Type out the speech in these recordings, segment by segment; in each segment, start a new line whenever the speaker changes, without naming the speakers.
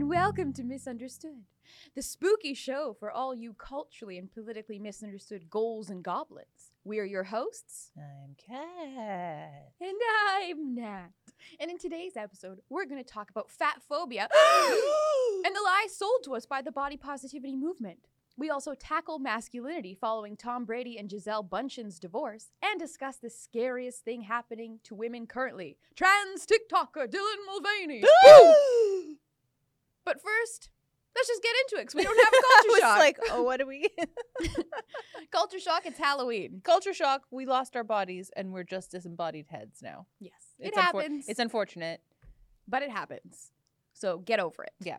Welcome to Misunderstood, the spooky show for all you culturally and politically misunderstood ghouls and goblins. We are your hosts,
I'm Kat.
and I'm Nat. And in today's episode, we're going to talk about fat phobia and the lies sold to us by the body positivity movement. We also tackle masculinity following Tom Brady and Giselle Bundchen's divorce and discuss the scariest thing happening to women currently trans TikToker Dylan Mulvaney. Woo! But first, let's just get into it because we don't have a
I
culture
was
shock.
like, oh, what do we?
culture shock, it's Halloween.
culture shock. We lost our bodies and we're just disembodied heads now.
Yes, it
unfor-
happens.
it's unfortunate.
but it happens. So get over it.
Yeah.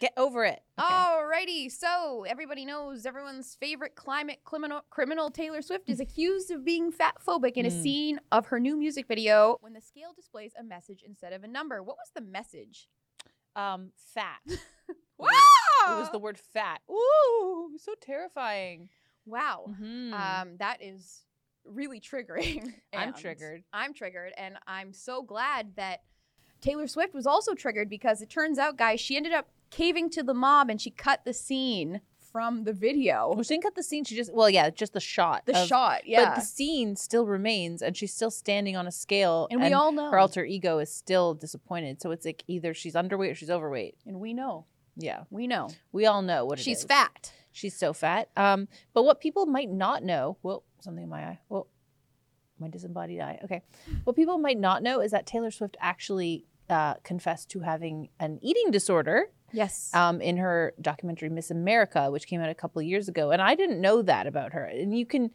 Get over it.
Oh. Alrighty, so everybody knows everyone's favorite climate criminal, criminal Taylor Swift is accused of being fatphobic in a
Mm.
scene of her new music video when the scale displays a message instead of a number. What was the message?
Um, fat. It
Wow!
was- It was the word fat. Ooh, so terrifying.
wow.
Mhm.
Um, that is really triggering.
I'm
and
triggered.
I'm triggered, and I'm so glad that Taylor Swift was also triggered because it turns out, guys, she ended up caving to the mob and she cut the scene from the video.
Well, she didn't cut the scene. She just, well, yeah, just the shot.
The
Oh, of-
shot, yeah.
But the scene still remains and she's still standing on a scale.
and we all know.
her alter ego is still disappointed. So it's like either she's underweight or she's overweight.
and we know.
Yeah.
We know.
We all know what it
She's
is.
fat.
She's so fat. Um, but what people might not know, well, something in my eye, well, my disembodied eye. Okay, what people might not know is that Taylor Swift actually uh, confessed to having an eating disorder
Yes.
um, in her documentary Miss America, which came out a couple of years ago, and I didn't know that about her. And you can,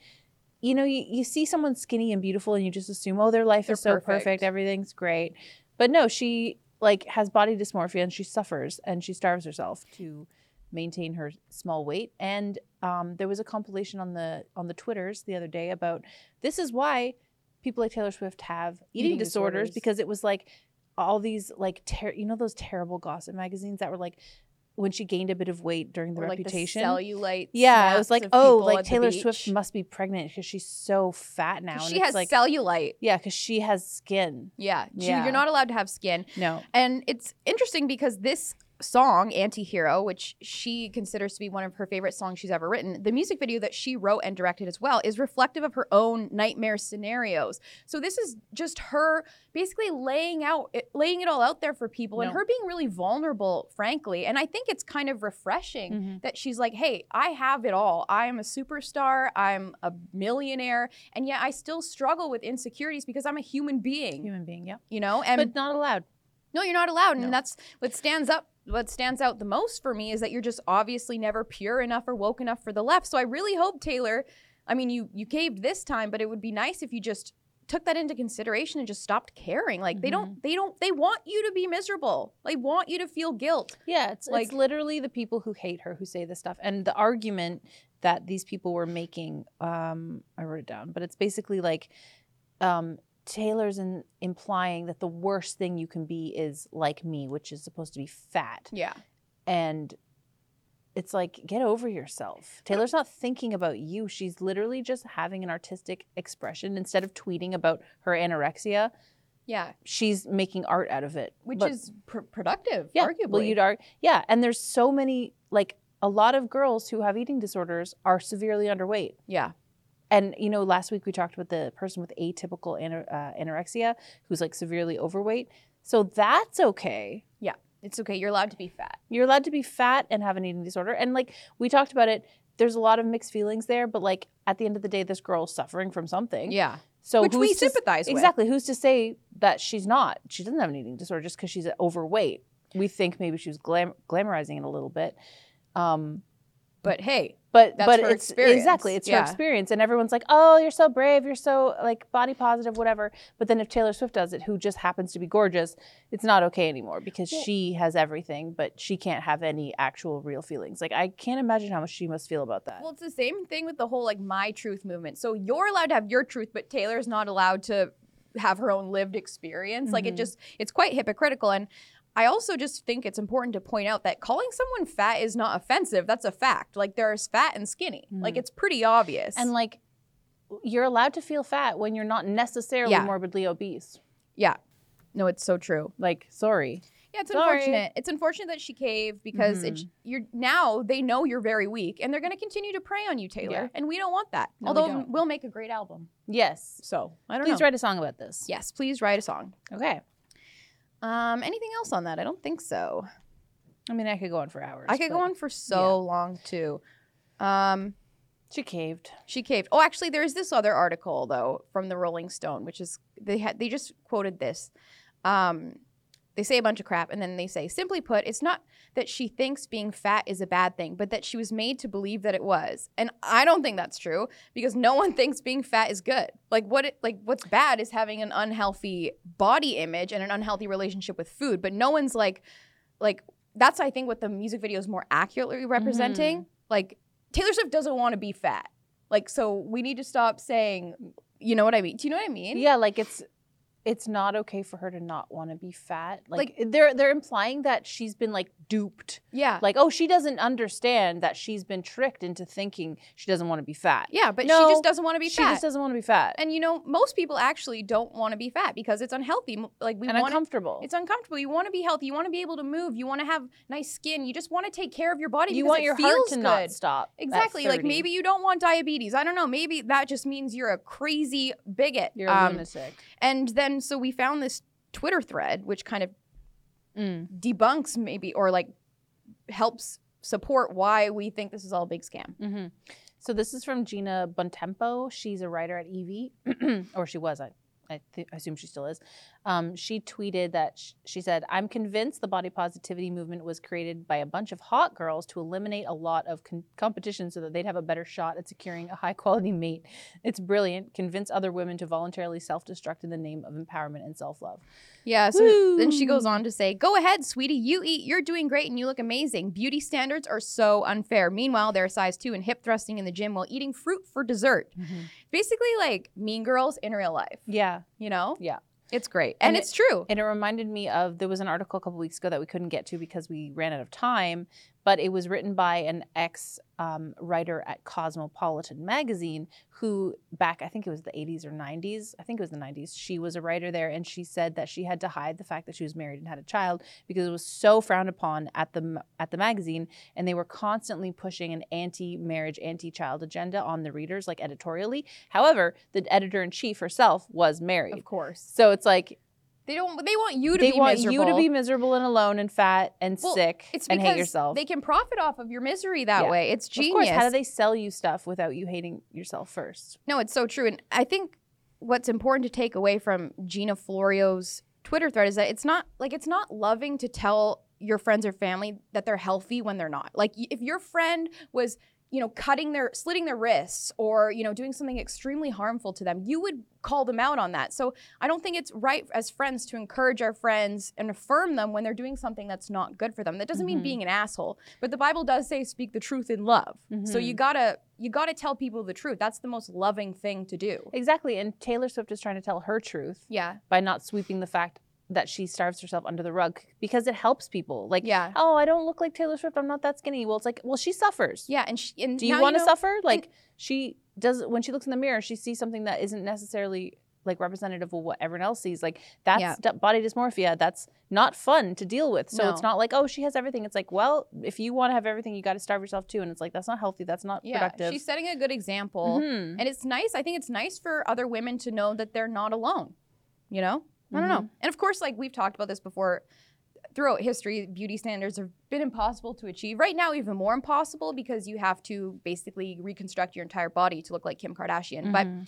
you know, you, you see someone skinny and beautiful, and you just assume, oh, their life
They're
is so perfect.
perfect.
everything's great. But no, she like has body dysmorphia, and she suffers, and she starves herself to maintain her small weight. And um, there was a compilation on the on the Twitters the other day about this is why people like Taylor Swift have eating,
Eating
disorders,
disorders.
because it was like all these like ter- you know those terrible gossip magazines that were like when she gained a bit of weight during the
Or, like,
reputation.
cellulite.
yeah, it was
snaps
like,
of
oh,
people
like
at the
Taylor
beach.
Swift must be pregnant because she's so fat now.
She
and it's
has
like,
cellulite.
yeah, because she has skin.
Yeah. She-
Yeah.
You're not allowed to have skin.
No,
And it's interesting because this song, Antihero, which she considers to be one of her favorite songs she's ever written, the music video that she wrote and directed as well is reflective of her own nightmare scenarios. So this is just her basically laying out it, laying it all out there for people and
No.
her being really vulnerable, frankly. And I think it's kind of refreshing
Mhm.
that she's like, "Hey, I have it all. I'm a superstar, I'm a millionaire, and yet I still struggle with insecurities because I'm a human being."
human being. Yeah,
You know, and
but not allowed.
no, you're not allowed, and
No.
that's what stands up. What stands out the most for me is that you're just obviously never pure enough or woke enough for the left. So I really hope Taylor. I mean, you you caved this time, but it would be nice if you just took that into consideration and just stopped caring. Like they
Mm-hmm.
don't, they don't, they want you to be miserable. They want you to feel guilt.
Yeah, it's
Like-
like literally the people who hate her who say this stuff, and the argument that these people were making. Um, I wrote it down, but it's basically like um, Taylor's in, implying that the worst thing you can be is like me, which is supposed to be fat,
Yeah,
and it's like get over yourself. Taylor's not thinking about you; she's literally just having an artistic expression instead of tweeting about her anorexia.
yeah,
She's making art out of it,
which
But-
is pr- productive,
yeah,
arguably.
Well, you'd argue, yeah, and there's so many like a lot of girls who have eating disorders are severely underweight.
yeah,
And you know, last week we talked about the person with atypical ana- uh, anorexia who's like severely overweight. So that's okay.
it's okay. You're allowed to be fat.
You're allowed to be fat and have an eating disorder. And like we talked about it, there's a lot of mixed feelings there. But like at the end of the day, this girl's suffering from something.
Yeah,
So
which we
who's to s-
sympathize with.
Exactly. Who's to say that she's not? She doesn't have an eating disorder just because she's overweight. We think maybe she was glam- glamorizing it a little bit. Um,
But hey,
but
That's
but
her
it's
experience.
exactly it's
Yeah.
her experience, and everyone's like, "Oh, you're so brave. You're so like body positive, whatever." But then if Taylor Swift does it, who just happens to be gorgeous, it's not okay anymore because
Well-
she has everything, but she can't have any actual real feelings. Like I can't imagine how much she must feel about that.
Well, it's the same thing with the whole like my truth movement. So you're allowed to have your truth, but Taylor's not allowed to have her own lived experience. Like it
Mhm.
just it's quite hypocritical and I also just think it's important to point out that calling someone fat is not offensive. That's a fact. Like there's fat and skinny. Like
Mhm.
it's pretty obvious.
and like you're allowed to feel fat when you're not necessarily
Yeah.
morbidly obese.
yeah. No, it's so true.
Like, sorry.
Yeah, it's
Sorry.
unfortunate. It's unfortunate that she caved because it,
Mhm.
you're now they know you're very weak and they're going to continue to prey on you, Taylor.
Yeah.
And we don't want that.
No, we
Although
don't.
we'll make a great album.
Yes.
So I don't
Please
know.
write a song about this.
yes, please write a song.
Okay.
Um, anything else on that? I don't think so.
I mean, I could go on for hours.
I could go
but
on for so
yeah.
long too. Um,
She caved.
She caved. Oh, actually, there's this other article though from the Rolling Stone, which is they had they just quoted this. Um, they say a bunch of crap, and then they say, simply put, it's not that she thinks being fat is a bad thing, but that she was made to believe that it was. And I don't think that's true because no one thinks being fat is good. Like what? It, like what's bad is having an unhealthy body image and an unhealthy relationship with food. But no one's like, like that's I think what the music video is more accurately representing. Like Taylor Swift doesn't want to be fat. Like, so we need to stop saying, you know what I mean? Do you know what I mean?
Yeah, like it's it's not okay for her to not want to be fat. Like,
Like-
they're they're implying that she's been like duped.
Yeah.
Like, oh, she doesn't understand that she's been tricked into thinking she doesn't want to be fat.
yeah, but
No,
she just doesn't want to be
she
fat.
just doesn't want to be fat
and you know, most people actually don't want to be fat because it's unhealthy. M- Like, we
and
want
uncomfortable.
it's uncomfortable. You want to be healthy. You want to be able to move. You want to have nice skin. You just want to take care of your body.
you
because
want
it
your
feels
heart to
good.
not stop. at
Exactly. Like
30.
maybe you don't want diabetes. I don't know. Maybe that just means you're a crazy bigot.
you're a
Um,
lunatic.
And then so we found this Twitter thread which kind of
Mm.
debunks maybe or like helps support why we think this is all a big scam.
hmm So this is from Gina Bontempo. She's a writer at Evie, or she was. I, I, th- I assume she still is. Um, she tweeted that sh- she said, "I'm convinced the body positivity movement was created by a bunch of hot girls to eliminate a lot of con- competition, so that they'd have a better shot at securing a high quality mate. It's brilliant. Convince other women to voluntarily self destruct in the name of empowerment and self love.
Yeah. So then she goes on to say, Go ahead, sweetie. You eat. You're doing great and you look amazing. Beauty standards are so unfair. Meanwhile, they're size two and hip thrusting in the gym while eating fruit for dessert. Basically, like mean girls in real life,
Yeah,
you know?
Yeah.
It's great.
And
And, it's true.
And it reminded me of there was an article a couple weeks ago that we couldn't get to because we ran out of time, but it was written by an ex um, writer at Cosmopolitan magazine who, back I think it was the 80s or 90s, I think it was the 90s, she was a writer there and she said that she had to hide the fact that she was married and had a child because it was so frowned upon at the m- at the magazine and they were constantly pushing an anti-marriage, anti-child agenda on the readers like editorially. However, the editor in chief herself was married.
Of course.
So it's like
They don't they want you to
they
be
want
miserable.
you to be miserable and alone and fat and
Well,
sick
it's
and
because
hate yourself.
they can profit off of your misery that
Yeah.
way. It's genius.
Of course, how do they sell you stuff without you hating yourself first?
No, it's so true. And I think what's important to take away from Gina Florio's Twitter thread is that it's not like it's not loving to tell your friends or family that they're healthy when they're not. Like y- if your friend was, you know, cutting their slitting their wrists or, you know, doing something extremely harmful to them, you would call them out on that. So I don't think it's right as friends to encourage our friends and affirm them when they're doing something that's not good for them. That doesn't mean
Mhm.
being an asshole, but the Bible does say speak the truth in love. So
Mhm.
you gotta you gotta tell people the truth. That's the most loving thing to do.
Exactly. And Taylor Swift is trying to tell her truth
Yeah,
by not sweeping the fact that she starves herself under the rug because it helps people. Like,
yeah,
oh, I don't look like Taylor Swift. I'm not that skinny. Well, it's like, well, she suffers.
yeah. And she, and
Do you
now
want to
know-
suffer? Like, she does when she looks in the mirror, she sees something that isn't necessarily like representative of what everyone else sees. Like that's
Yeah.
d- body dysmorphia. That's not fun to deal with. So it's
No.
not like oh she has everything. It's like well if you want to have everything, you got to starve yourself too. And it's like that's not healthy. That's not
Yeah,
productive.
she's setting a good example,
Mhm.
and it's nice. I think it's nice for other women to know that they're not alone. You know, I don't know. And of course, like we've talked about this before. Throughout history, beauty standards have been impossible to achieve. Right now, even more impossible because you have to basically reconstruct your entire body to look like Kim Kardashian. But
Mhm.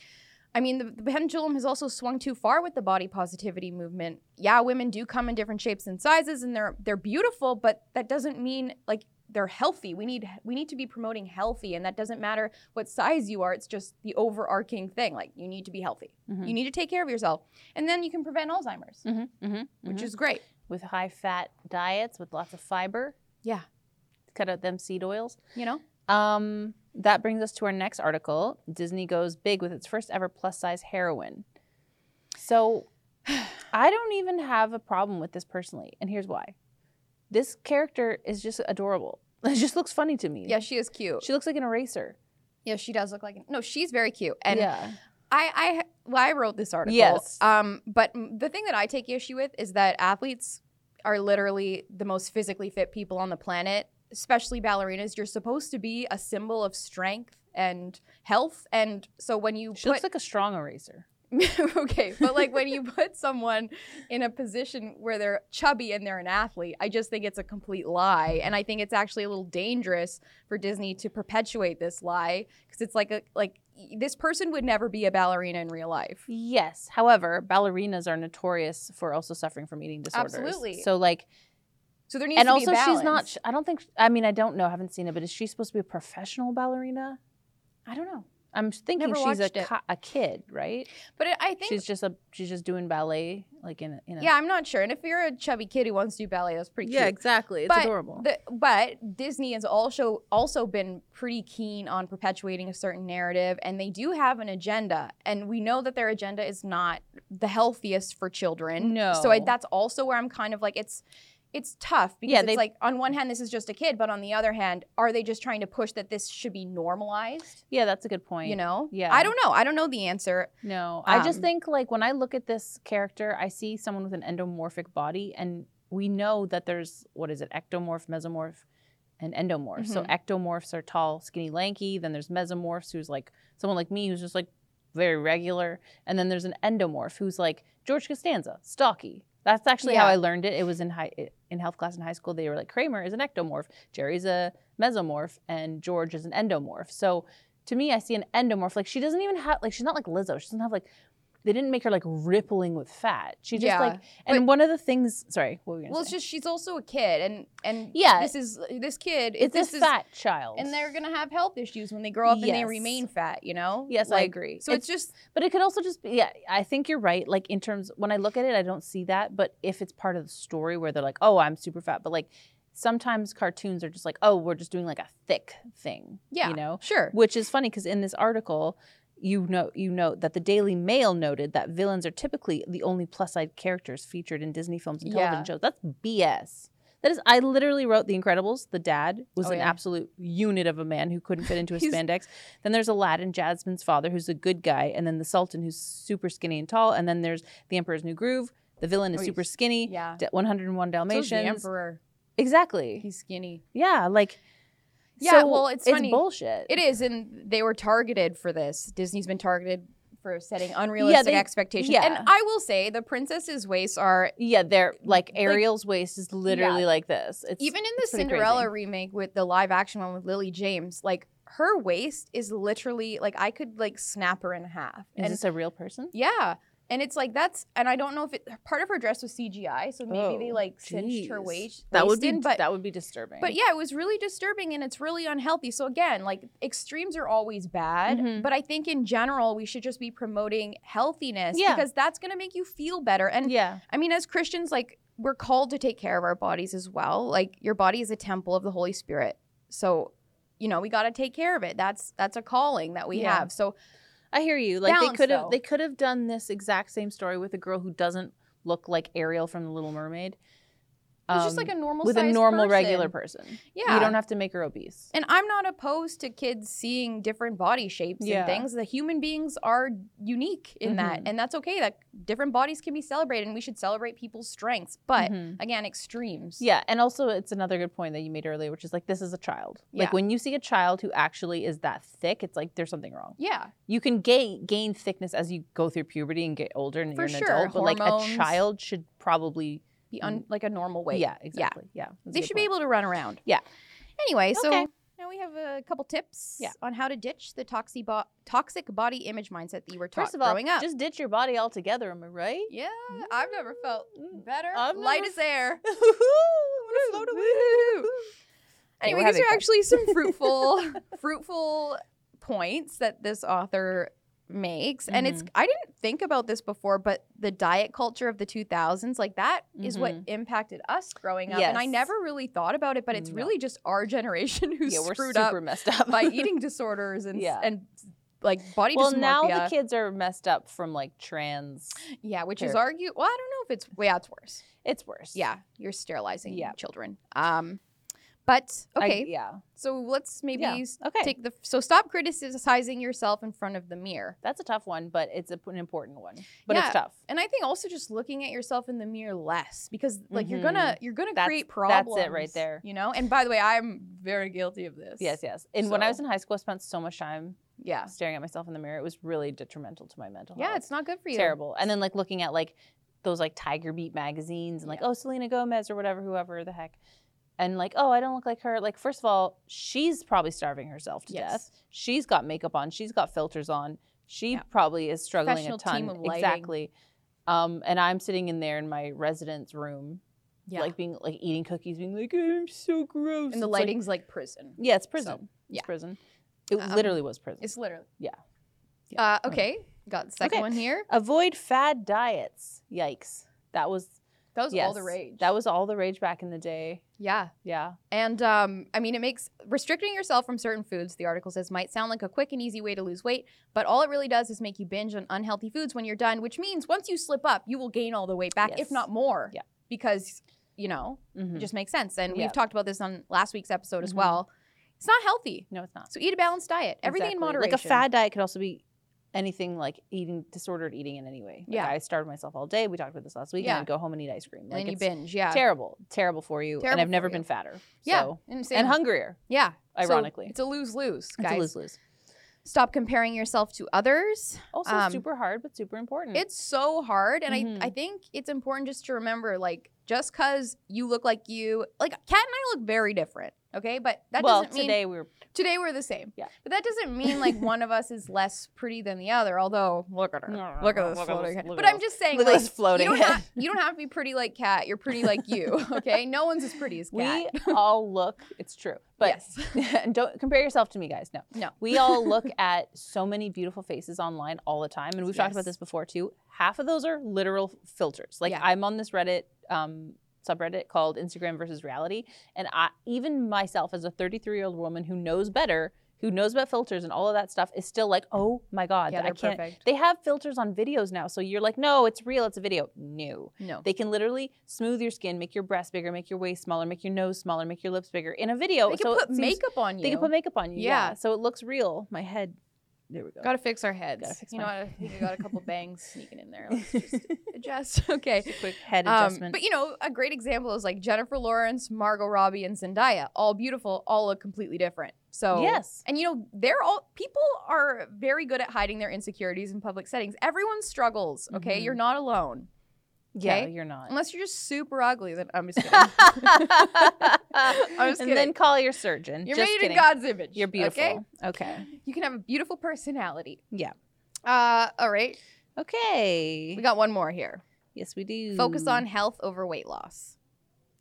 I mean, the, the pendulum has also swung too far with the body positivity movement. Yeah, women do come in different shapes and sizes, and they're they're beautiful, but that doesn't mean like they're healthy. We need we need to be promoting healthy, and that doesn't matter what size you are. It's just the overarching thing. Like you need to be healthy.
Mhm.
You need to take care of yourself, and then you can prevent Alzheimer's,
Mhm. Mhm.
which
Mhm.
is great.
with high fat diets with lots of fiber.
Yeah.
Cut out them seed oils.
You know.
Um, that brings us to our next article. Disney goes big with its first ever plus size heroine. So I don't even have a problem with this personally, and here's why. This character is just adorable. It just looks funny to me.
Yeah, she is cute.
She looks like an eraser.
Yeah, she does look like no. She's very cute, and
yeah.
I, I well, I wrote this article.
Yes.
Um, but m- the thing that I take issue with is that athletes are literally the most physically fit people on the planet, especially ballerinas. You're supposed to be a symbol of strength and health. And so when you
She
put
looks like a strong eraser.
okay, but like when you put someone in a position where they're chubby and they're an athlete, I just think it's a complete lie, and I think it's actually a little dangerous for Disney to perpetuate this lie because it's like a like y- this person would never be a ballerina in real life.
Yes. However, ballerinas are notorious for also suffering from eating disorders.
Absolutely.
So like,
So there needs
and
to
also
be balance.
she's not. I don't think. I mean, I don't know. I haven't seen it, but is she supposed to be a professional ballerina?
I don't know,
I'm thinking
Never
she's a,
watched it.
co- a kid, right?
but it, I think
She's just a she's just doing ballet, like in a, in a
yeah, I'm not sure. And if you're a chubby kid who wants to do ballet, that's pretty cute.
exactly.
But
adorable.
The, but Disney has also also been pretty keen on perpetuating a certain narrative, and they do have an agenda. And we know that their agenda is not the healthiest for children.
No.
so I, that's also where I'm kind of like it's. It's tough because
Yeah,
it's
they-
like on one hand this is just a kid, but on the other hand, are they just trying to push that this should be normalized?
yeah, that's a good point.
You know?
Yeah.
I don't know. I don't know the answer.
No, I just
Um,
think like when I look at this character, I see someone with an endomorphic body, and we know that there's what is it, ectomorph, mesomorph, and endomorph.
Mm-hmm.
So ectomorphs are tall, skinny, lanky. Then there's mesomorphs, who's like someone like me, who's just like very regular, and then there's an endomorph, who's like George Costanza, stocky. That's actually how
Yeah.
I learned it. It was in high in health class in high school. They were like Kramer is an ectomorph, Jerry's a mesomorph, and George is an endomorph. So to me, I see an endomorph. Like she doesn't even have like she's not like Lizzo. She doesn't have like they didn't make her like rippling with fat. She just
Yeah,
like and one of the things. Sorry, what were you gonna
Well,
say?
it's just she's also a kid, and and
Yeah.
this is this kid.
it's
this
a
is,
fat child,
and they're gonna have health issues when they grow up and they
Yes.
remain fat. You know.
Yes, I
Like,
agree.
So it's, just
But it could also just be, yeah, I think you're right. Like, in terms, when I look at it, I don't see that. But if it's part of the story where they're like, oh, I'm super fat, but like sometimes cartoons are just like, oh, we're just doing like a thick thing.
yeah,
You know?
sure.
Which is funny because in this article, you know, you note that the Daily Mail noted that villains are typically the only plus-size characters featured in Disney films and television
Yeah.
shows. That's BS. That is, I literally wrote The Incredibles. The dad was
Oh,
an
yeah.
absolute unit of a man who couldn't fit into a
He's-
spandex. Then there's Aladdin, Jasmine's father, who's a good guy, and then the Sultan, who's super skinny and tall. And then there's The Emperor's New Groove. The villain is
Oh,
super
he's-
skinny.
yeah.
D- 101
So's
Dalmatians.
the emperor.
Exactly.
He's skinny.
yeah, like.
Yeah,
so
well, it's funny.
bullshit.
It is, and they were targeted for this. Disney's been targeted for setting unrealistic
they-
expectations.
yeah.
And I will say, the princess's waists are
Yeah, they're like Ariel's waist is literally like this. It's
even in the
pretty
Cinderella
crazy.
remake with the live action one with Lily James, like her waist is literally like I could like snap her in half.
Is this a real person?
Yeah. And it's like that's and I don't know if it part of her dress was CGI, so maybe they
Oh,
like cinched her
jeez.
waist.
That would
waist
be
in, but
that would be disturbing.
but yeah, it was really disturbing and it's really unhealthy. So again, like extremes are always bad,
Mhm.
but I think in general we should just be promoting healthiness
Yeah.
because that's going to make you feel better. And
yeah,
I mean as Christians like we're called to take care of our bodies as well. Like your body is a temple of the Holy Spirit. So, you know, we got to take care of it. That's that's a calling that we
Yeah.
have. So,
I hear you. Like they
Balance,
could have
though.
they could have done this exact same story with a girl who doesn't look like Ariel from The Little Mermaid.
it's just
um,
like a normal
with a
sized
normal
person.
regular person.
Yeah.
you don't have to make her obese.
And I'm not opposed to kids seeing different body shapes
Yeah.
and things. The human beings are unique in that,
Mhm.
and that's okay. That different bodies can be celebrated, and we should celebrate people's strengths. But
Mhm.
again, extremes.
Yeah, and also it's another good point that you made earlier, which is like this is a child.
Yeah.
Like when you see a child who actually is that thick, it's like there's something wrong.
yeah,
you can gain gain thickness as you go through puberty and get older and
For
you're an
sure,
adult, but like a
hormones.
child should probably
be un- like a normal weight.
Mm. yeah exactly yeah,
they should be able to run around.
Yeah.
Anyway,
Okay.
so now we have a couple tips
Yeah.
on how to ditch the toxic bo- toxic body image mindset that you were taught
First of all,
growing up.
just ditch your body altogether. Am I right?
yeah, I've never felt
Mm.
better.
I've
Light
never
as air.
I wanna float away. Okay, we're
Anyway, these
having
are
fun.
actually some fruitful, fruitful points that this author makes, and it's
Mm-hmm.
I didn't think about this before, but the diet culture of the 2000s, like that, is what
Mhm.
impacted us growing up, and I
Yes.
never really thought about it, but it's
No.
really just our generation who's
yeah, we're
screwed
super
up
messed up
by eating disorders and
Yeah.
and like body
well,
dysmorphia.
now the kids are messed up from like trans.
yeah, which is
Sure.
argue. Well, I don't know if it's well, yeah, it's worse.
It's worse.
Yeah, you're sterilizing
Yeah.
children. Um, But
I-
okay,
yeah.
so let's maybe
Yeah.
s-
Okay.
take the so stop criticizing yourself in front of the mirror.
That's a tough one, but it's a, an important one. But
Yeah,
it's tough.
And I think also just looking at yourself in the mirror less because like you're gonna you're gonna
Mm-hmm. That's-
create
that's it
problems.
right there.
You know. And by the way, I'm very guilty of this.
Yes, yes. And when I was
So-
in high school, I spent so much time
Yeah.
staring at myself in the mirror. It was really detrimental to my mental health.
Yeah. It's not good for you.
terrible. And then like looking at like those like Tiger Beat magazines and like
Yeah.
oh Selena Gomez or whatever whoever the heck, and like oh I don't look like her. Like first of all, she's probably starving herself to
Yes.
death. She's got makeup on. She's got filters on. She
Yeah.
probably is struggling a
Professional team
ton.
of lighting.
exactly. Um, and I'm sitting in there in my residence room,
Yeah.
like being like eating cookies, being like I'm so
and
gross.
the
It's like-
lighting's like prison.
yeah, it's prison.
yeah.
It's prison. It
Um,
literally was prison.
It's literally.
Yeah.
Uh, okay. Got the second
Okay.
one here.
Avoid fad diets. Yikes. That was
That was all the
Yes,
rage.
That was all the rage back in the day.
yeah.
Yeah.
And um, I mean, it makes restricting yourself from certain foods, the article says, might sound like a quick and easy way to lose weight, but all it really does is make you binge on unhealthy foods when you're done, which means once you slip up, you will gain all the weight back, if
Yes.
not more.
Yeah.
Because, you know, it
Mhm.
just makes sense. And
Yeah.
we've talked about this on last week's episode as
Mhm.
well. It's not healthy.
no, it's not.
So eat a balanced diet, everything in
Exactly.
moderation.
Like a fad diet could also be anything like eating disordered eating in any way. Like
Yeah.
I starved myself all day. We talked about this last week.
Yeah.
And I'd go home and eat ice cream.
And
Like
then you
it's
binge. Yeah.
terrible, terrible for you.
Terrible
and I've never
for you.
been fatter.
Yeah.
So.
And,
And hungrier,
yeah. So
ironically.
it's a lose lose,
it's
guys.
a lose lose.
Stop comparing yourself to others.
Also
Um,
super hard, but super important.
It's so hard. And
Mhm.
I, I think it's important just to remember like, just because you look like you, like, Kat and I look very different. Okay. But that
well,
doesn't mean
today we were
today we're the same.
Yeah.
But that doesn't mean like one of us is less pretty than the other. Although, look at her. Look at this floating head.
look
But
at
I'm
this-
just saying,
look at
like,
this floating
you, don't have,
head.
you don't have to be pretty like Kat. You're pretty like you. Okay. No one's as pretty as Kat.
we all look. It's true, but
yes.
and don't compare yourself to me, guys. No.
No.
We all look at so many beautiful faces online all the time. And we've talked
Yes.
about this before too. Half of those are literal filters. Like
Yeah.
I'm on this Reddit um, subreddit called Instagram versus reality. And I, even myself as a 33 year old woman who knows better, who knows about filters and all of that stuff is still like, oh my God,
Yeah,
I
they're
can't.
perfect.
They have filters on videos now. So you're like, no, it's real. It's a video. No.
No.
They can literally smooth your skin, make your breasts bigger, make your waist smaller, make your nose smaller, make your lips bigger in a video.
They can
so it
put
seems-
makeup on you.
They can put makeup on you. Yeah.
Yeah.
So it looks real. My head. There we go.
Gotta fix our heads.
Gotta fix
you
my-
know, what, I think I got a couple bangs sneaking in there. Let's just adjust. Okay.
Quick head
Um,
adjustment.
but you know, a great example is like Jennifer Lawrence, Margot Robbie, and Zendaya. All beautiful, all look completely different. So
yes.
and you know, they're all people are very good at hiding their insecurities in public settings. Everyone struggles. Okay,
Mhm.
you're not alone.
Yeah,
okay.
you're not.
Unless you're just super ugly, then I'm just kidding.
I
was
And then
kidding.
call your surgeon.
You're
Just
made
kidding.
in God's image.
You're beautiful.
Okay?
Okay.
You can have a beautiful personality.
Yeah.
Uh, all right.
Okay.
We got one more here.
yes, we do.
Focus on health over weight loss.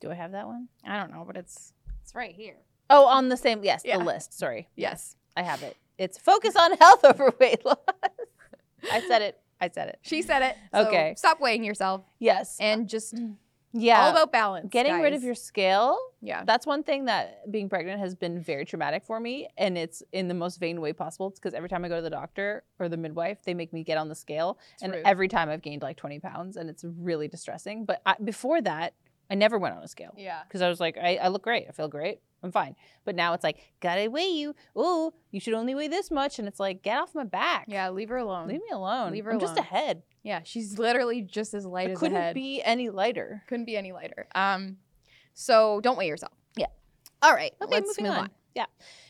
Do I have that one?
I don't know, but it's it's right here.
Oh, on the same. Yes,
Yeah.
the list. Sorry.
Yes.
I have it. It's focus on health over weight loss. I said it. I said it.
She said it. so
Okay.
Stop weighing yourself
Yes.
and just
yeah.
all about balance.
Getting rid
guys.
of your scale
Yeah.
That's one thing that being pregnant has been very traumatic for me, and it's in the most vain way possible. It's because every time I go to the doctor or the midwife, they make me get on the scale,
It's
and
rude.
every time I've gained like 20 pounds, and it's really distressing. But I, before that, I never went on a scale
Yeah.
because I was like, I, I look great, I feel great, I'm fine. But now it's like, gotta weigh you. Ooh, you should only weigh this much, and it's like, get off my back.
Yeah, leave her alone.
leave me alone.
Leave her
I'm just
alone.
ahead.
yeah, she's literally just as light
I
as
couldn't
a head.
be any lighter.
couldn't be any lighter. Um so don't weigh yourself.
Yeah.
All right.
Okay,
let's
moving
move
on.
on.
Yeah.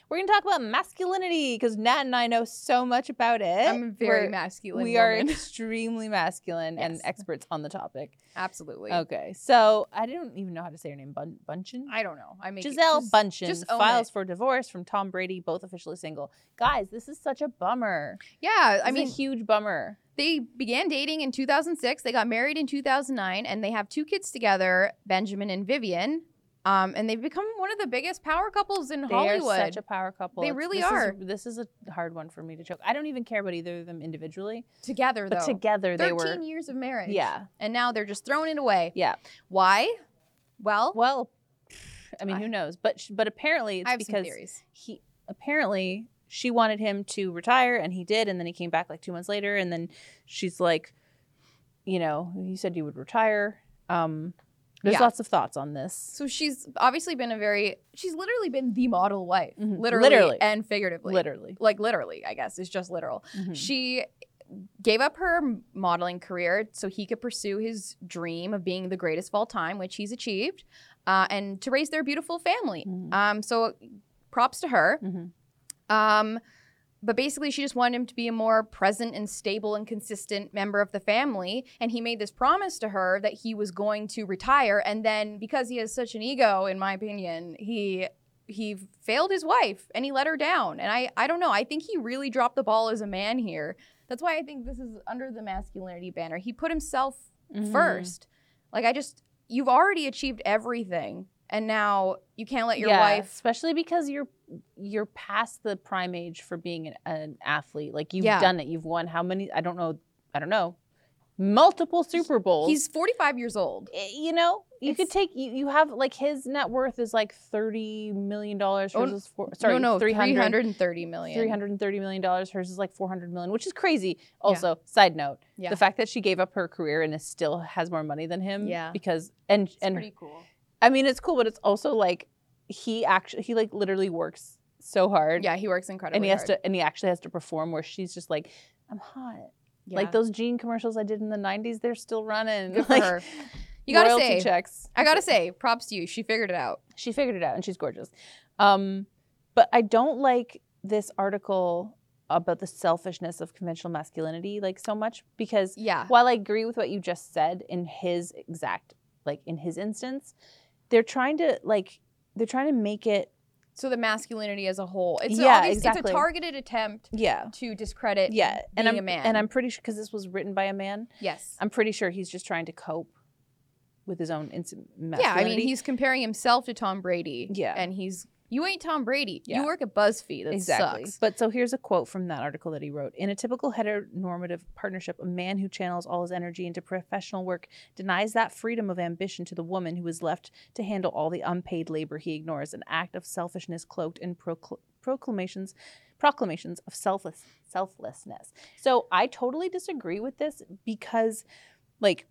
We're going to talk about masculinity because Nat and I know so much about it.
I'm a very
We're-
masculine.
We are
woman.
extremely masculine and
Yes.
experts on the topic.
absolutely.
Okay. So I don't even know how to say her name. Bun- Bunchen?
I don't know. I make it-
Giselle
just-
Bunchen
just own
files
it.
for divorce from Tom Brady, both officially single. Guys, this is such a bummer.
Yeah, I
This is
mean,
a huge bummer.
they began dating in 2006 they got married in 2009 and they have two kids together benjamin and vivian um, and they've become one of the biggest power couples in
They
hollywood
are such a power couple.
They
It's-
really
this is-
are.
this is a hard one for me to choke. I don't even care about either of them individually,
together
but
though 13
together they were.
years of marriage
Yeah.
and now they're just throwing it away
Yeah.
why well,
Well, I mean,
I-
who knows? But sh- but apparently it's
i have some
because
theories
he apparently she wanted him to retire and he did and then he came back like two months later and then she's like you know you said you would retire um There's
Yeah.
lots of thoughts on this.
So she's obviously been a very she's literally been the model wife,
Mhm.
literally,
Literally.
and figuratively.
Literally.
Like literally, I guess is just literal.
Hmm.
She gave up her modeling career so he could pursue his dream of being the greatest of all time, which he's achieved, uh, and to raise their beautiful family.
Mhm.
Um, so props to her.
Mhm.
Um, but basically, she just wanted him to be a more present and stable and consistent member of the family. And he made this promise to her that he was going to retire. And then, because he has such an ego, in my opinion, he he failed his wife and he let her down. And I I don't know. I think he really dropped the ball as a man here. That's why I think this is under the masculinity banner. He put himself
Mhm.
first. Like I just you've already achieved everything, and now you can't let your
Yeah,
wife.
especially because you're you're past the prime age for being an, an athlete. Like you've
Yeah.
done it. You've won how many? I don't know. I don't know. Multiple Super Bowls.
He's 45 years old.
Eh, you know, you could
It's-
take you, you have like his net worth is like thirty million dollars.
Oh,
Hers is four, sorry,
no, no,
300
330 million.
330 million dollars hers is like 400 million which is crazy also side note
Yeah.
the fact that she gave up her career and is still has more money than him
Yeah.
because and and
cool.
i mean it's cool but it's also like he actually he like literally works so hard
Yeah, he works incredibly
and he has
hard.
to and he actually has to perform where she's just like i'm hot like
the
those jean commercials i did in the 90s they're still running
Good for
like
her. You gotta
royalty
say,
checks
I gotta say, props to you. She figured it out.
she figured it out and she's gorgeous um, but i don't like this article about the selfishness of conventional masculinity like so much because
Yeah.
while i agree with what you just said in his exact like in his instance they're trying to like they're trying to make it
So the masculinity as a whole. It's
Yeah,
obvious, It's
exactly.
a targeted attempt
yeah
to discredit.
yeah and
being
i'm
a man.
and i'm pretty sure because this was written by a man
Yes.
i'm pretty sure he's just trying to cope with his own instant
yeah, I
masculinity.
mean, he's comparing himself to Tom Brady.
Yeah.
And he's you ain't Tom Brady.
Yeah.
You work at BuzzFeed. That
exactly.
sucks.
But so here's a quote from that article that he wrote. In a typical heteronormative partnership, a man who channels all his energy into professional work denies that freedom of ambition to the woman who is left to handle all the unpaid labor he ignores, an act of selfishness cloaked in procl- proclamations proclamations of selfless selflessness. So I totally disagree with this because like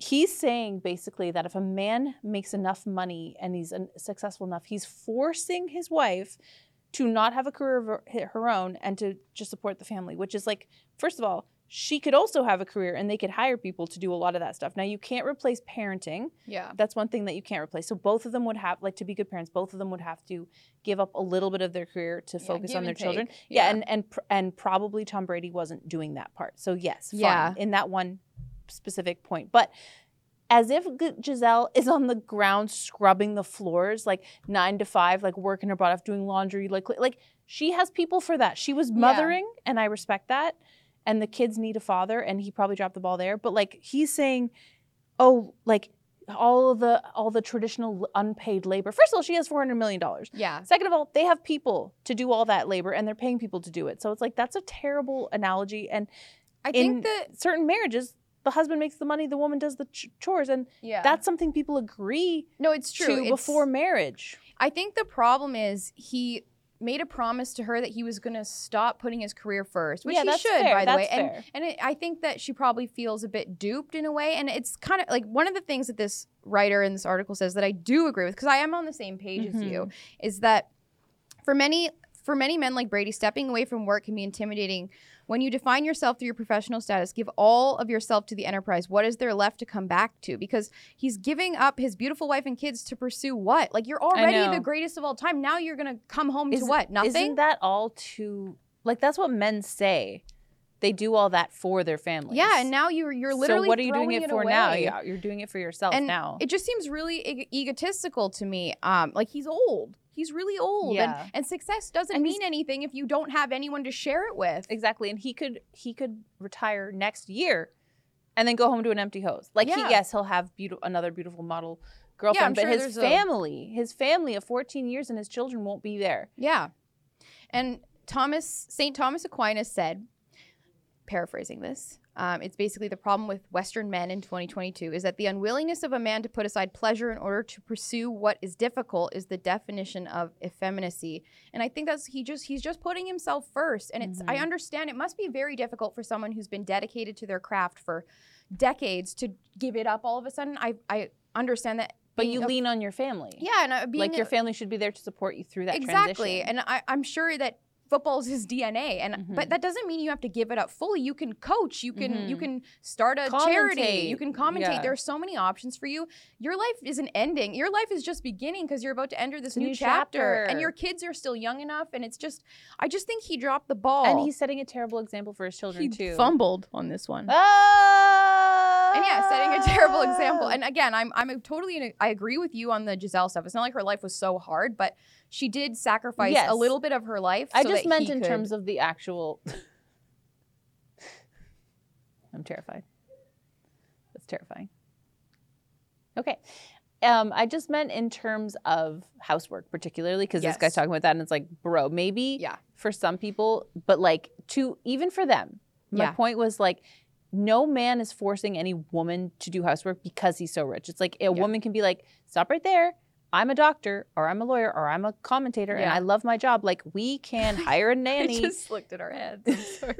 he's saying basically that if a man makes enough money and he's un- successful enough, he's forcing his wife to not have a career of her- her own and to just support the family, which is like, first of all, she could also have a career and they could hire people to do a lot of that stuff. Now, you can't replace parenting.
Yeah.
That's one thing that you can't replace. So, both of them would have, like, to be good parents, both of them would have to give up a little bit of their career to
Yeah,
focus
give
on their
and
children.
take.
Yeah.
Yeah.
And, and, pr- and probably Tom Brady wasn't doing that part. So, yes, fine,
Yeah.
in that one specific point. But as if G- Giselle is on the ground scrubbing the floors, like nine to five, like working her butt off, doing laundry, like like she has people for that. She was mothering, and I respect that. And the kids need a father, and he probably dropped the ball there. But like he's saying, oh, like all the all the traditional unpaid labor. First of all, she has four hundred million dollars.
Yeah.
Second of all, they have people to do all that labor, and they're paying people to do it. So it's like that's a terrible analogy. And
I
in-
think that
certain marriages, the husband makes the money, the woman does the ch- chores, and
yeah.
that's something people agree
no, it's true.
to
It's-
before marriage.
I think the problem is he made a promise to her that he was going to stop putting his career first, which
Yeah,
he
that's
should,
fair.
by the
That's
way.
fair.
And and it, I think that she probably feels a bit duped in a way. And it's kind of like one of the things that this writer in this article says that I do agree with because I am on the same page as you
Mm-hmm.
is that for many for many men like Brady, stepping away from work can be intimidating. When you define yourself through your professional status, give all of yourself to the enterprise. What is there left to come back to? Because he's giving up his beautiful wife and kids to pursue what? Like you're
know.
already the greatest of all time. Now you're gonna come home to
Isn't-
what? Nothing.
Isn't that all too like that's what men say? They do all that for their families.
yeah, and now you're you're literally
so what are you doing
throwing
it, for now?
away.
Yeah, you're doing it for yourself
and
now.
It just seems really e- egotistical to me. Um, like he's old. He's really old.
Yeah.
And, and success doesn't
And he's-
mean anything if you don't have anyone to share it with.
exactly, and he could he could retire next year, and then go home to an empty hose. Like he,
Yeah.
yes, he'll have beautiful another beautiful model girlfriend,
sure
but his
there's a-
family, his family of 14 years and his children won't be there.
Yeah. And Thomas, St. Thomas Aquinas said, paraphrasing this, um, it's basically the problem with Western men in 2022 is that the unwillingness of a man to put aside pleasure in order to pursue what is difficult is the definition of effeminacy. And I think that's he just he's just putting himself first. And it's I
Mhm.
understand it must be very difficult for someone who's been dedicated to their craft for decades to give it up all of a sudden. I I understand that.
But
being
you
a-
lean on your family.
yeah, and uh, being
like your
a-
family should be there to support you through that
exactly,
transition.
and I, I'm sure that football's his DNA, and but
Mhm.
that doesn't mean you have to give it up fully. You can coach, you can you
Mhm.
can start a charity, you
Commentate,
can commentate.
yeah.
There are so many options for you. Your life isn't ending. Your life is just beginning because you're about to enter this
a
new,
new
chapter, and
chapter.
your kids are still young enough. And it's just, I just think he dropped the ball,
And he's setting a terrible example for his children
he
too.
fumbled on this one.
Oh!
and yeah, setting a terrible example.
Ah.
And again, I'm I'm a totally in a, I agree with you on the Giselle stuff. It's not like her life was so hard, but she did sacrifice
Yes.
a little bit of her life.
I
so
just
that
meant
he
in
could-
terms of the actual. I'm terrified. That's terrifying. Okay. Um, I just meant in terms of housework, particularly because this
Yes.
guy's talking about that, and it's like, bro, maybe
Yeah.
for some people, but like to even for them. My
Yeah.
point was like, no man is forcing any woman to do housework because he's so rich. It's like a woman can be like, stop right there. I'm a doctor, or I'm a lawyer, or I'm a commentator, and
Yeah.
I love my job. Like we can hire a
I
nanny.
just looked at our heads. I'm sorry.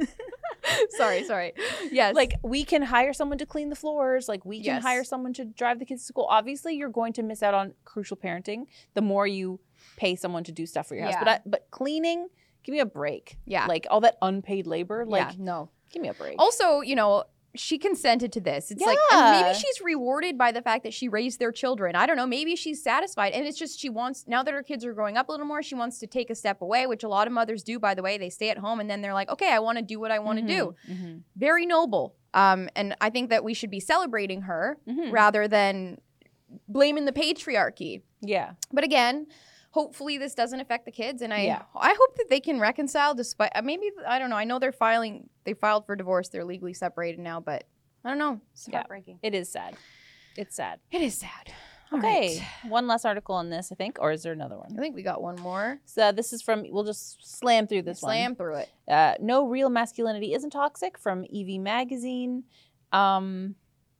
sorry, sorry. Yes.
Like we can hire someone to clean the floors. Like we can
Yes.
hire someone to drive the kids to school. Obviously, you're going to miss out on crucial parenting the more you pay someone to do stuff for your house. But
Yeah.
I, but cleaning, give me a break.
yeah.
Like all that unpaid labor. Like
yeah, no.
give me a break.
Also, you know, she consented to this. It's like and maybe
Yeah.
she's rewarded by the fact that she raised their children. I don't know. Maybe she's satisfied, and it's just she wants now that her kids are growing up a little more. She wants to take a step away, which a lot of mothers do. By the way, they stay at home and then they're like, okay, I want to do what I want to do.
Mhm.
Very noble. Um, and I think that we should be celebrating her
Mhm.
rather than blaming the patriarchy.
Yeah.
But again, hopefully this doesn't affect the kids, and I
Yeah.
I hope that they can reconcile. Despite uh, maybe I don't know. I know they're filing. They filed for divorce. They're legally separated now, but I don't know. It's
Yeah.
heartbreaking.
It is sad. It's sad.
It is sad. All
Okay.
right.
One last article on this, I think, or is there another one?
I think we got one more.
So this is from. We'll just slam through this one.
Slam through it.
Uh, no real masculinity isn't toxic from EV Magazine. Um,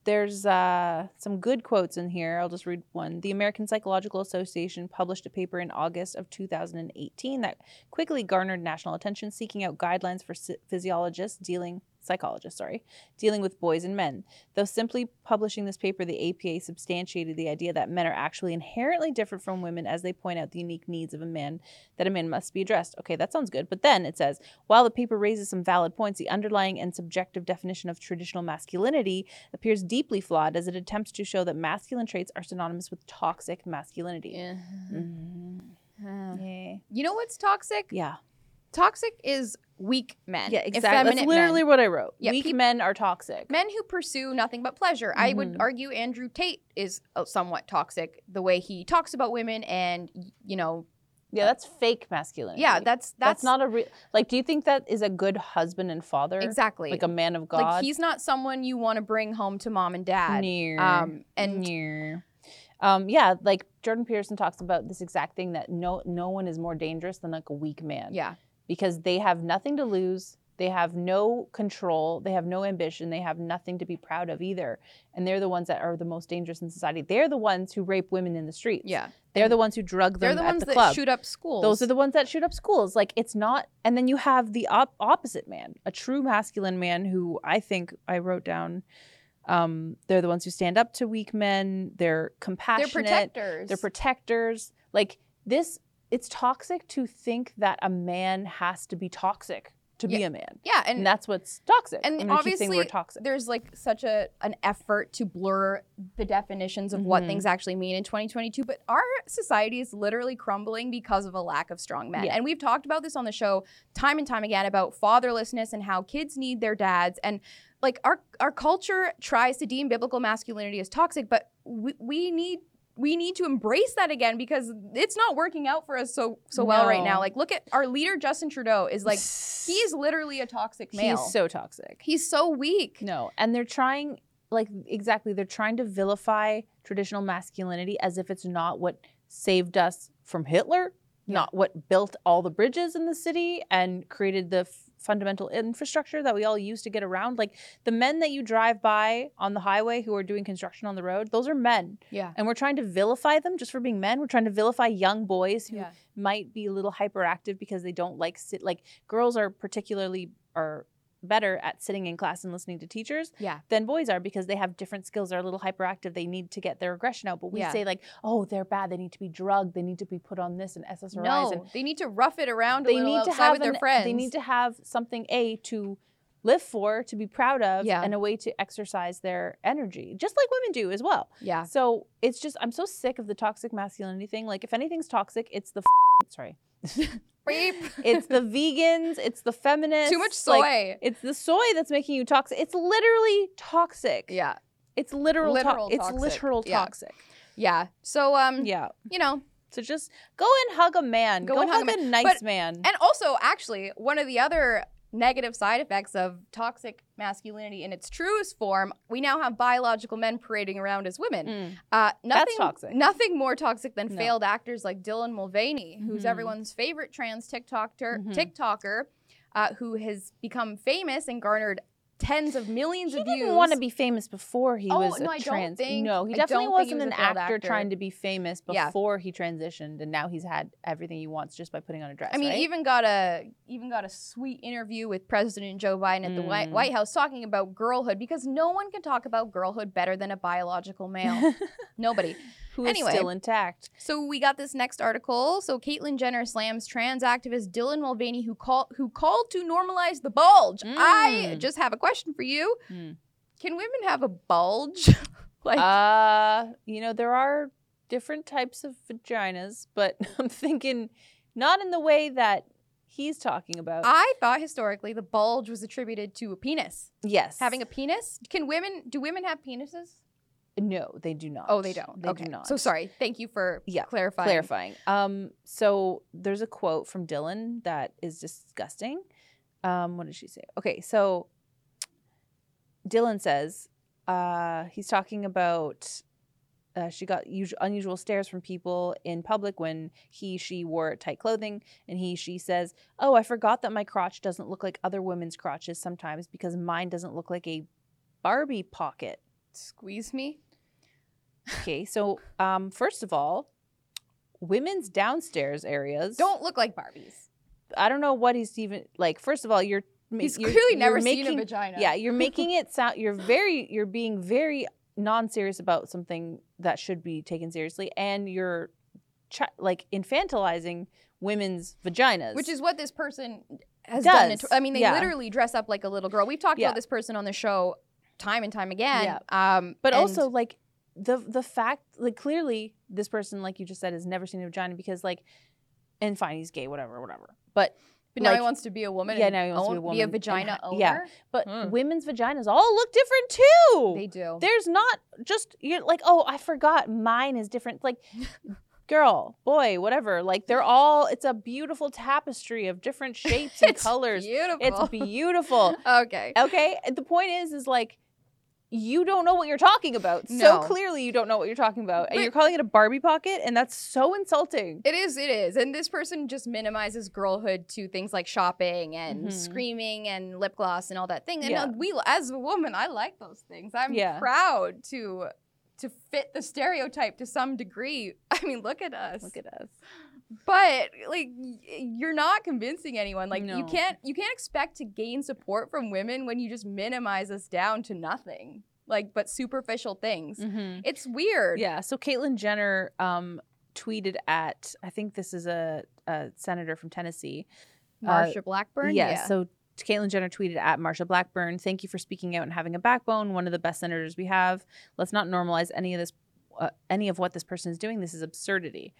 there's uh, some good quotes in here. I'll just read one. The American Psychological Association published a paper in August of 2018 that quickly garnered national attention, seeking out guidelines for psy- physiologists dealing psychologists, sorry, dealing with boys and men. Though simply publishing this paper, the APA substantiated the idea that men are actually inherently different from women as they point out the unique needs of a man that a man must be addressed. Okay, that sounds good. But then it says, while the paper raises some valid points, the underlying and subjective definition of traditional masculinity appears deeply flawed as it attempts to show that masculine traits are synonymous with toxic masculinity.
Yeah.
Mhm. Yeah.
You know what's toxic?
Yeah.
Toxic is weak men.
Yeah, exactly.
Effeminate
That's literally
men.
what I wrote.
Yeah,
Weak
peop-
men are toxic.
Men who pursue nothing but pleasure. I would
Mhm.
argue Andrew Tate is uh, somewhat toxic the way he talks about women and y- you know
yeah, that's fake masculinity.
yeah that's
that's,
that's,
not a real. Like, do you think that is a good husband and father?
exactly
Like a man of God.
Like he's not someone you want to bring home to mom and dad.
Near.
Um, and
near. Um, yeah, like Jordan Peterson talks about this exact thing that no no one is more dangerous than like a weak man.
yeah,
Because they have nothing to lose, they have no control, they have no ambition, they have nothing to be proud of either. And they're the ones that are the most dangerous in society. They're the ones who rape women in the streets.
yeah,
They're the ones who drug them
they're the
at
ones
the
that
club.
shoot up schools.
Those are the ones that shoot up schools. Like it's not. And then you have the op- opposite man, a true masculine man who I think I wrote down. Um, they're the ones who stand up to weak men. They're
they're
compassionate.
protectors.
They're protectors. Like this, it's toxic to think that a man has to be toxic to be a man,
yeah,
and,
and
that's what's toxic.
and
I mean, we keep saying we're
obviously
toxic.
there's like such a an effort to blur the definitions of what
Mhm.
things actually mean in 2022. But our society is literally crumbling because of a lack of strong men,
Yeah.
and we've talked about this on the show time and time again about fatherlessness and how kids need their dads and like our our culture tries to deem biblical masculinity as toxic but we, we need we need to embrace that again because it's not working out for us so so well right now
No.
like look at our leader Justin Trudeau is like he is literally a toxic male
He's so toxic.
he's so weak
No, and they're trying like exactly they're trying to vilify traditional masculinity as if it's not what saved us from Hitler,
Yeah.
not what built all the bridges in the city and created the f- fundamental infrastructure that we all use to get around. Like the men that you drive by on the highway who are doing construction on the road, those are men.
yeah
And we're trying to vilify them just for being men. We're trying to vilify young boys who
yeah
might be a little hyperactive because they don't like sit like girls are particularly are better at sitting in class and listening to teachers
Yeah.
than boys are because they have different skills. They're a little hyperactive. They need to get their aggression out. But we
Yeah.
say like, oh, they're bad. They need to be drugged. They need to be put on this and SSRIs. and
No, they need to rough it around a
they
little
need to
outside
have
with their
an-
friends.
They need to have something a to live for, to be proud of,
Yeah.
and a way to exercise their energy, just like women do as well.
Yeah.
So it's just I'm so sick of the toxic masculinity thing. Like if anything's toxic, it's the sorry, it's the vegans, it's the feminists,
Too much soy.
like, it's the soy that's making you toxic. It's literally toxic.
yeah.
It's literal.
Literal
to-
toxic.
It's literal
Yeah.
toxic.
Yeah. So um
Yeah.
you know,
So just go and hug a man. Go, and hug, a, nice
But-
man.
And also, actually, one of the other negative side effects of toxic masculinity in its truest form, we now have biological men parading around as women.
Mm.
Uh, nothing,
toxic.
Nothing more toxic than
No.
failed actors like Dylan Mulvaney, who's
Mhm.
everyone's favorite trans TikToker,
Mhm.
TikToker uh, who has become famous and garnered tens of millions
he
of
didn't
views.
want to be famous before he
Oh,
was a
no, I don't
trans.
think-
no, he
I
definitely
don't think he
wasn't
was
an
a failed
actor,
actor.
trying to be famous
Yeah.
before he transitioned, and now he's had everything he wants just by putting on a dress.
I mean,
right?
even got a even got a sweet interview with President Joe Biden at the White,
Mm.
White House talking about girlhood because no one can talk about girlhood better than a biological male. Nobody.
who is
anyway.
still intact.
So we got this next article. So Caitlyn Jenner slams trans activist Dylan Mulvaney who called who called to normalize the bulge. I
Mm.
just have a question for you.
Mm.
Can women have a bulge? like
Uh, you know, there are different types of vaginas, but I'm thinking not in the way that he's talking about.
I thought historically the bulge was attributed to a penis.
yes,
Having a penis? Can women do women have penises?
no, they do not.
Oh, they don't.
They
okay.
do not.
So sorry. Thank you for
Yeah,
clarifying.
clarifying. Um, so there's a quote from Dylan that is disgusting. Um, what did she say? Okay, so Dylan says uh, he's talking about uh, she got usu unusual stares from people in public when he she wore tight clothing, and he she says, "Oh, I forgot that my crotch doesn't look like other women's crotches sometimes because mine doesn't look like a Barbie pocket."
Squeeze me.
Okay, so um, first of all, women's downstairs areas
Don't look like Barbies.
I don't know what he's even like. First of all, you're ma-
He's
you're-
clearly
you're
never seen
making-
a vagina.
Yeah, you're making it sound. You're very. You're being very non-serious about something that should be taken seriously, and you're chi- like infantilizing women's vaginas,
Which is what this person has done.
Does,
Noto- I mean, they
yeah.
literally dress up like a little girl. We've talked
Yeah.
about this person on the show time and time again. Um,
But
and-
also like the the fact like clearly this person like you just said has never seen a vagina because like and fine he's gay whatever whatever but
but now
like-
he wants to be a woman.
Yeah,
and
now he wants to be a
own-
woman and
vagina
ha-
owner.
yeah. but
Hmm.
women's vaginas all look different too.
they do.
There's not just you're like, oh, I forgot mine is different. Like, girl, boy, whatever. Like they're all. It's a beautiful tapestry of different shapes and
It's
colors.
Beautiful.
It's beautiful.
okay.
okay. And the point is, is like. You don't know what you're talking about.
No.
So clearly, you don't know what you're talking about, and
But-
you're calling it a Barbie pocket, and that's so insulting.
It is, it is. And this person just minimizes girlhood to things like shopping and
Mhm.
screaming and lip gloss and all that thing. And
Yeah.
uh, we as a woman, I like those things. I'm
Yeah.
proud to to fit the stereotype to some degree. I mean, look at us.
Look at us.
but like y- you're not convincing anyone. Like you
No.
can't you can't expect to gain support from women when you just minimize us down to nothing. Like but superficial things.
Mm-hmm.
It's weird.
Yeah. So Caitlyn Jenner um, tweeted at I think this is a, a senator from Tennessee. uh,
Marsha Blackburn.
yeah, So Caitlyn Jenner tweeted at Marsha Blackburn, "Thank you for speaking out and having a backbone. One of the best senators we have. Let's not normalize any of this." Uh, any of what this person is doing, this is absurdity.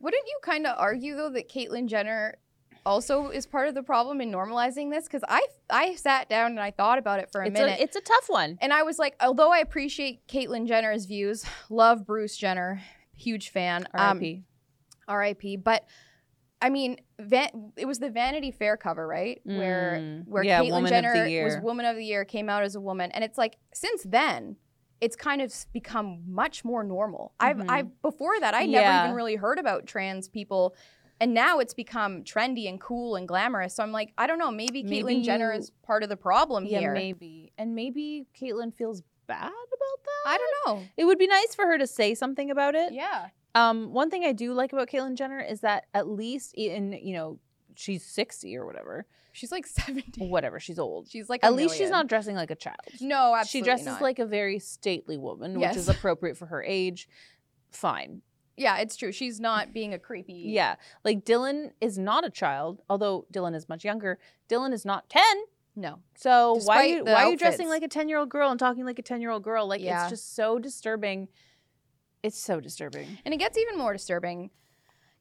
Wouldn't you kind of argue though that Caitlyn Jenner also is part of the problem in normalizing this? Because I I sat down and I thought about it for a
It's
minute.
a, it's a tough one.
and I was like, although I appreciate Caitlyn Jenner's views, love Bruce Jenner, huge fan. um,
R.I.P.
R.I.P. But I mean, van- it was the Vanity Fair cover, right? Where
Mm.
where
Yeah,
Caitlyn
Woman of the
Jenner was
Year.
Woman of the Year, came out as a woman, and it's like since then, it's kind of become much more normal.
Mhm.
I've I've before that I never
Yeah.
even really heard about trans people. And now it's become trendy and cool and glamorous. So I'm like, I don't know, maybe Caitlyn
Maybe
Jenner
you-
is part of the problem
yeah,
here.
maybe, and maybe Caitlyn feels bad about that.
I don't know.
It would be nice for her to say something about it.
Yeah.
Um, one thing I do like about Caitlyn Jenner is that at least in you know she's 60 or whatever.
She's like 70.
Whatever, she's old.
She's like a
At least she's
million.
not dressing like a child.
No, absolutely
she dresses
not.
like a very stately woman,
Yes.
which is appropriate for her age. Fine.
yeah, it's true. She's not being a creepy.
Yeah. Like Dylan is not a child, although Dylan is much younger. Dylan is not 10.
no,
So why are
Despite
you,
the
why are you dressing
outfits.
like a 10-year-old girl and talking like a 10-year-old girl? Like
Yeah.
it's just so disturbing. It's so disturbing.
and it gets even more disturbing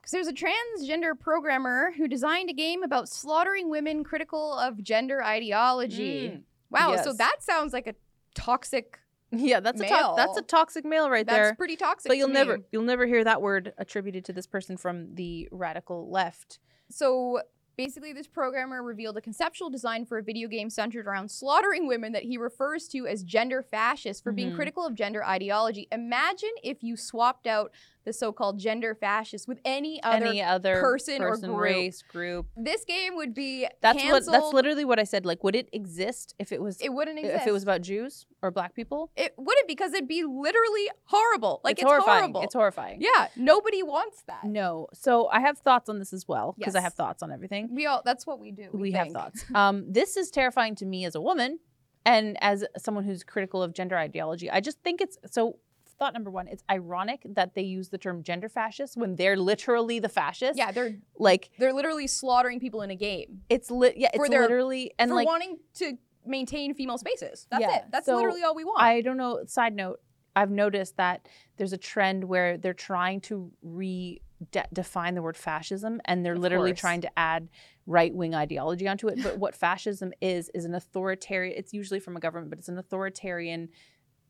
because there's a transgender programmer who designed a game about slaughtering women critical of gender ideology.
Mm.
Wow, so
yes.
that sounds like a toxic.
Yeah, that's a to- that's a
Male.
toxic male right
that's
there.
pretty toxic.
But you'll
to
never
me.
you'll never hear that word attributed to this person from the radical left.
So basically, this programmer revealed a conceptual design for a video game centered around slaughtering women that he refers to as gender fascist for being
Mhm.
critical of gender ideology. Imagine if you swapped out the so called gender fascist with any other.
Any other
person or group.
race group.
this game would be
That's
canceled.
what that's literally what I said. Like, would it exist if it was
it wouldn't exist.
if it was about Jews or black people?
it wouldn't because it'd be literally horrible. Like it's,
horrifying.
horrible.
It's horrifying.
yeah, nobody wants that.
No. So I have thoughts on this as well because I
Yes.
have thoughts on everything.
We all that's what we do.
We,
We,
have
think.
thoughts. Um, this is terrifying to me as a woman and as someone who's critical of gender ideology. I just think it's so. Thought number one: It's ironic that they use the term gender fascist when they're literally the fascists.
Yeah, they're
Like
they're literally slaughtering people in a game
it's lit. Yeah,
For
it's
their-
literally and
for
like
wanting to maintain female spaces. That's
Yeah,
it. That's
so
literally all we want.
I don't know. Side note, I've noticed that there's a trend where they're trying to re de- define the word fascism and they're
Of
literally
course.
trying to add right wing ideology onto it. But what fascism is, is an authoritarian, it's usually from a government, but it's an authoritarian,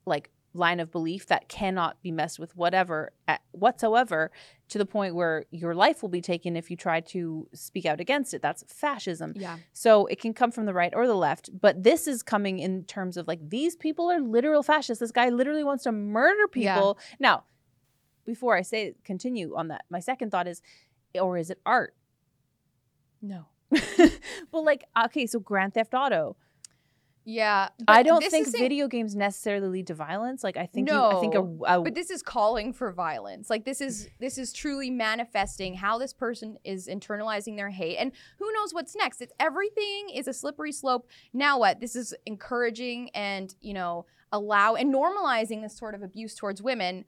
like, line of belief that cannot be messed with whatever at whatsoever to the point where your life will be taken if you try to speak out against it that's fascism
yeah.
so it can come from the right or the left, but this is coming in terms of like these people are literal fascists. This guy literally wants to murder
Yeah.
people. Now, before I say continue on that, my second thought is, or is it art?
No.
well, like okay, so Grand Theft Auto.
Yeah.
I
but
don't
this
think
isn't-
video games necessarily lead to violence. Like I think you, I think a,
No,
a
But this is calling for violence. Like this is this is truly manifesting how this person is internalizing their hate. And who knows what's next? It's everything is a slippery slope. Now what? This is encouraging and, you know, allow and normalizing this sort of abuse towards women.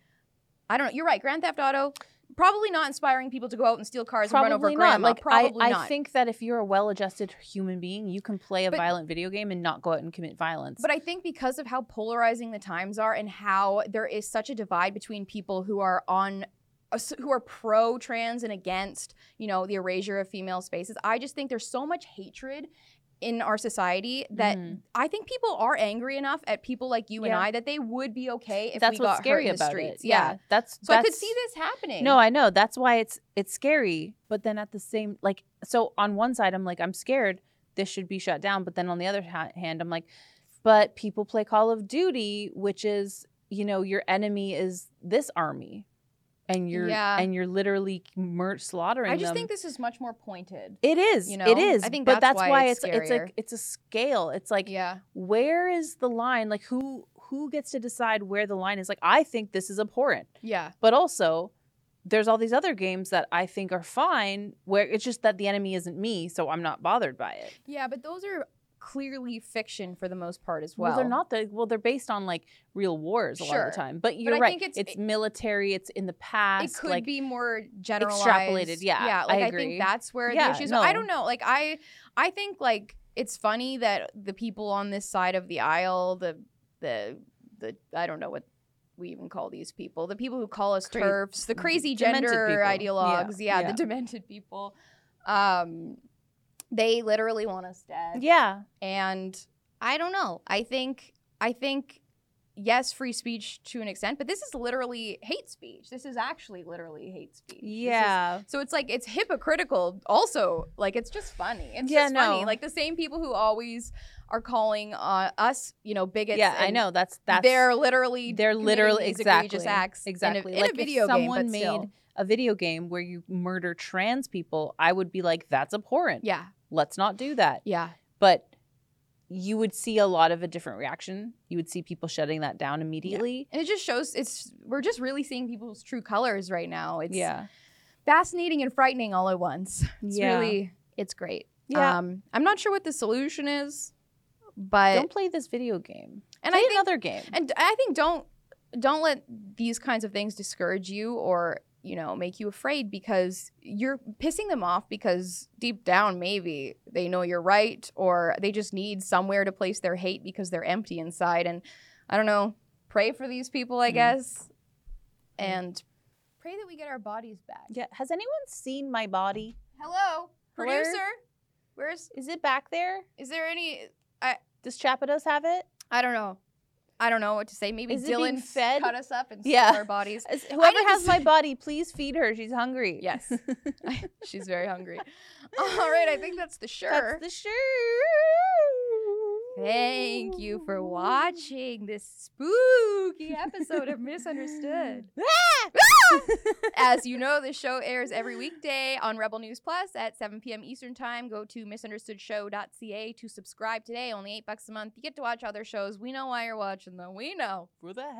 I don't know. You're right. Grand Theft Auto probably not inspiring people to go out and steal cars and run over grandma.
Like
probably
I,
not.
I think that if you're a well-adjusted human being, you can play a
But-
violent video game and not go out and commit violence.
But I think because of how polarizing the times are and how there is such a divide between people who are on us- who are pro trans and against, you know, the erasure of female spaces, I just think there's so much hatred in our society that
Mhm.
I think people are angry enough at people like you and
Yeah.
I that they would be okay if
that's
we got
what's scary
hurt in the
about
streets.
it. Yeah, that's
So I could
that's-
see this happening.
No, I know. That's why it's it's scary. But then at the same like so on one side I'm like I'm scared this should be shut down, but then on the other ha- hand I'm like but people play Call of Duty, which is, you know, your enemy is this army. And you're
Yeah.
and you're literally mur- slaughtering
I just
them.
think this is much more pointed.
it is.
you know,
it is.
I think
but
that's
that's
why
why,
it's
it's it's
scarier.
like it's a scale. It's like
yeah.
where is the line? Like who who gets to decide where the line is? Like I think this is abhorrent
Yeah.
but also there's all these other games that I think are fine where it's just that the enemy isn't me, so I'm not bothered by it.
Yeah, but those are clearly fiction for the most part as well.
they're not the well, they're based on like real wars a lot
Sure.
of the time. But you're
I
right.
think it's-
it's, military, it's in the past.
it could
like,
be more generalized
yeah,
yeah
I
like i, think
agree.
that's where
Yeah,
the issues i
no.
don't know like i i think like it's funny that the people on this side of the aisle the the the i don't know what we even call these people the people who call us
Cra-
turfs the crazy
demented
gender
people. Yeah,
ideologues yeah,
yeah.
the demented people um they literally want us dead
Yeah.
and i don't know i think i think yes free speech to an extent but this is literally hate speech this is actually literally hate speech This is-
Yeah.
so it's like it's hypocritical also like it's just funny it's
Yeah,
just funny
no.
like the same people who always are calling uh, us you know bigots
yeah, I
and
know. That's that's
they're literally
they're
committing
literally
these
exactly
egregious acts in a-
exactly
in a,
like
video
if someone
game but
made
still.
a video game where you murder trans people, I would be like, that's abhorrent.
yeah
Let's not do that.
yeah
but you would see a lot of a different reaction. You would see people shutting that down immediately.
and it just shows it's we're just really seeing people's true colors right now it's
Yeah.
fascinating and frightening all at once It's really It's great.
Yeah.
Um, I'm not sure what the solution is, but
Don't play this video game.
and
play
I think
another game.
and I think don't don't let these kinds of things discourage you or you know make you afraid because you're pissing them off because deep down maybe they know you're right or they just need somewhere to place their hate because they're empty inside and I don't know pray for these people I
Mm.
guess and
Pray that we get our bodies back.
yeah. Has anyone seen my body?
Hello,
producer where's
Is it back there?
is there any
Does Chapados have it?
I don't know I don't know what to say maybe
Is it being
Dylan
fed?
cut us up and
Yeah.
stole our bodies
Is- whoever
like to
has my body, please feed her. She's hungry.
Yes. she's very hungry all right I think that's the sure
That's the shirt.
Thank you for watching this spooky episode of Misunderstood.
Ah!
As you know, this show airs every weekday on Rebel News Plus at 7 p.m. Eastern Time. Go to misunderstoodshow.ca to subscribe today. Only eight bucks a month. You get to watch other shows. We know why you're watching them. We know.
For the heads.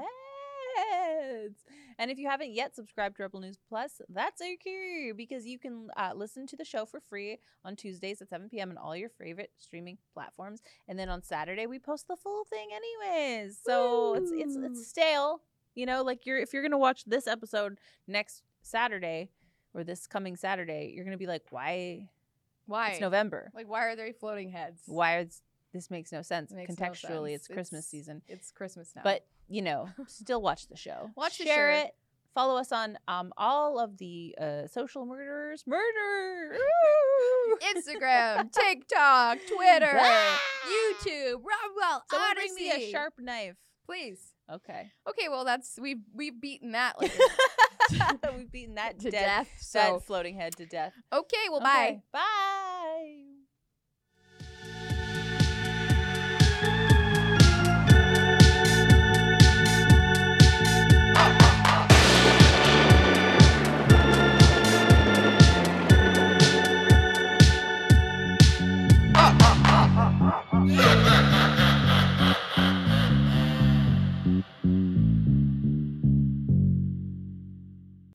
And if you haven't yet subscribed to Rebel News Plus, that's okay because you can uh, listen to the show for free on Tuesdays at 7 p.m. on all your favorite streaming platforms. And then on Saturday, we post the full thing anyways. So it's, it's
Woo.
it's stale. You know, like you're if you're gonna watch this episode next Saturday or this coming Saturday, you're gonna be like, why
Why?
it's November?
Like, why are there floating heads?
Why is this makes no sense
It makes no
contextually?
sense.
It's Christmas
It's-
season
It's Christmas now.
but you know, still watch the show.
Watch the
share
show.
it. Follow us on um, all of the uh, social murderers, murder.
Instagram, TikTok, Twitter,
Ah!
YouTube, Rumble,
Someone
Odyssey.
bring me a sharp knife.
Please.
Okay,
Okay, well that's we've we've beaten that like
we've beaten that
to
dead,
death.
that
So
floating head to death.
okay, well bye.
Okay, Bye.